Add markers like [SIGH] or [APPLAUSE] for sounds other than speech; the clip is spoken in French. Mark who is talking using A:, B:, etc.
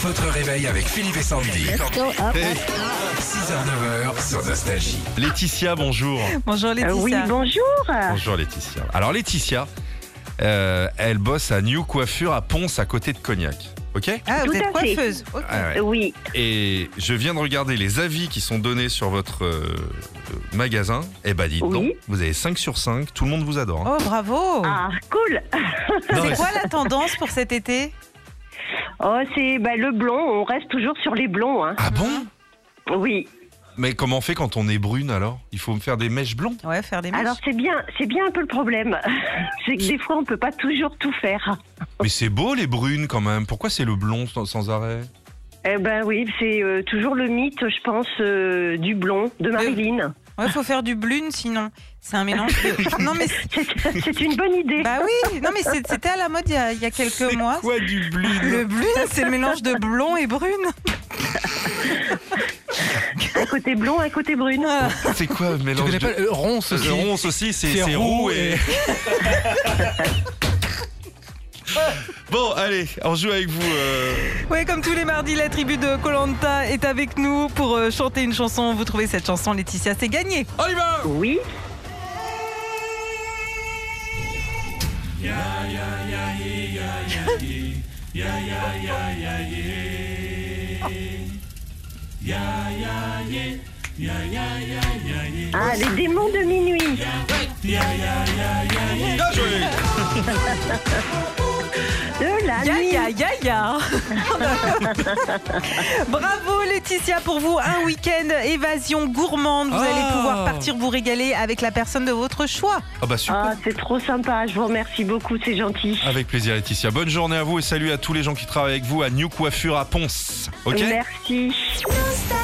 A: Votre réveil avec Philippe et Sandy.
B: Let's go up.
C: Hey,
A: 6h, 9h sur Nostalgie.
C: Laetitia, bonjour.
D: Bonjour
B: Euh,
D: Laetitia.
B: oui, bonjour.
C: Bonjour Laetitia. Alors Laetitia, euh, elle bosse à New Coiffure à Ponce à côté de Cognac. Ok
D: Ah, vous
B: Tout
D: êtes
B: à fait.
D: coiffeuse. Ok.
C: Ah ouais.
B: Euh, Oui,
C: Et je viens de regarder les avis qui sont donnés sur votre euh, euh, magasin. Eh ben dites
B: Oui.
C: donc, vous avez 5 sur 5, tout le monde vous adore. hein.
D: Oh, bravo.
B: ah, cool.
C: Non,
D: C'est
C: mais-
D: quoi la tendance pour cet été
B: Oh, c'est bah, le blond, on reste toujours sur les blonds. Hein.
C: ah bon
B: Oui,
C: Mais comment on fait quand on est brune alors Il faut me faire des mèches blondes
D: Ouais, faire des mèches.
B: alors c'est bien, c'est bien un peu le problème. [LAUGHS] c'est que des fois, on peut pas toujours tout faire.
C: Mais c'est beau les brunes quand même. Pourquoi c'est le blond sans, sans arrêt
B: Eh ben oui, c'est euh, toujours le mythe, je pense, euh, du blond, de Marilyn.
D: Ouais, faut faire du blune sinon. C'est un mélange
B: [LAUGHS]
D: de. non, mais. c'est-
B: C'est c'est une bonne idée.
D: Bah oui, non, mais c'est- c'était à la mode il y a, il y a quelques
C: C'est
D: mois.
C: Quoi du
D: Le
C: blune
D: blune, c'est le mélange de blond
B: [LAUGHS]
D: et brune.
B: Un côté blond, un côté brune.
C: C'est quoi le
E: Tu
C: mélange
E: connais
C: de-
E: pas le ronce
C: Le
E: aussi
C: ronce aussi, c'est
E: C'est
C: c'est
E: roux
C: roux et.
E: [LAUGHS] et-
C: bon, allez, on joue avec vous. euh,
D: Ouais, comme tous les mardis, la tribu de Colanta est avec nous pour euh, chanter une chanson. Vous trouvez cette chanson, Laetitia, c'est gagné.
C: On y va
B: Oui, [LAUGHS] ah, les démons de minuit.
C: Bien joué
B: [LAUGHS] De la
D: Ya
B: nuit.
D: ya ya
B: [LAUGHS]
D: ya. Bravo Laetitia pour vous un week-end évasion gourmande. Vous allez
B: Oh.
C: Ah.
D: pouvoir partir vous régaler avec la personne de votre choix.
C: Ah bah super
B: Ah, c'est trop sympa, je vous remercie beaucoup, c'est gentil.
C: Avec plaisir, Laetitia. Bonne journée à vous et salut à tous les gens qui travaillent avec vous à New Coiffure à Ponce. Ok
B: Merci.
F: Nostalgie.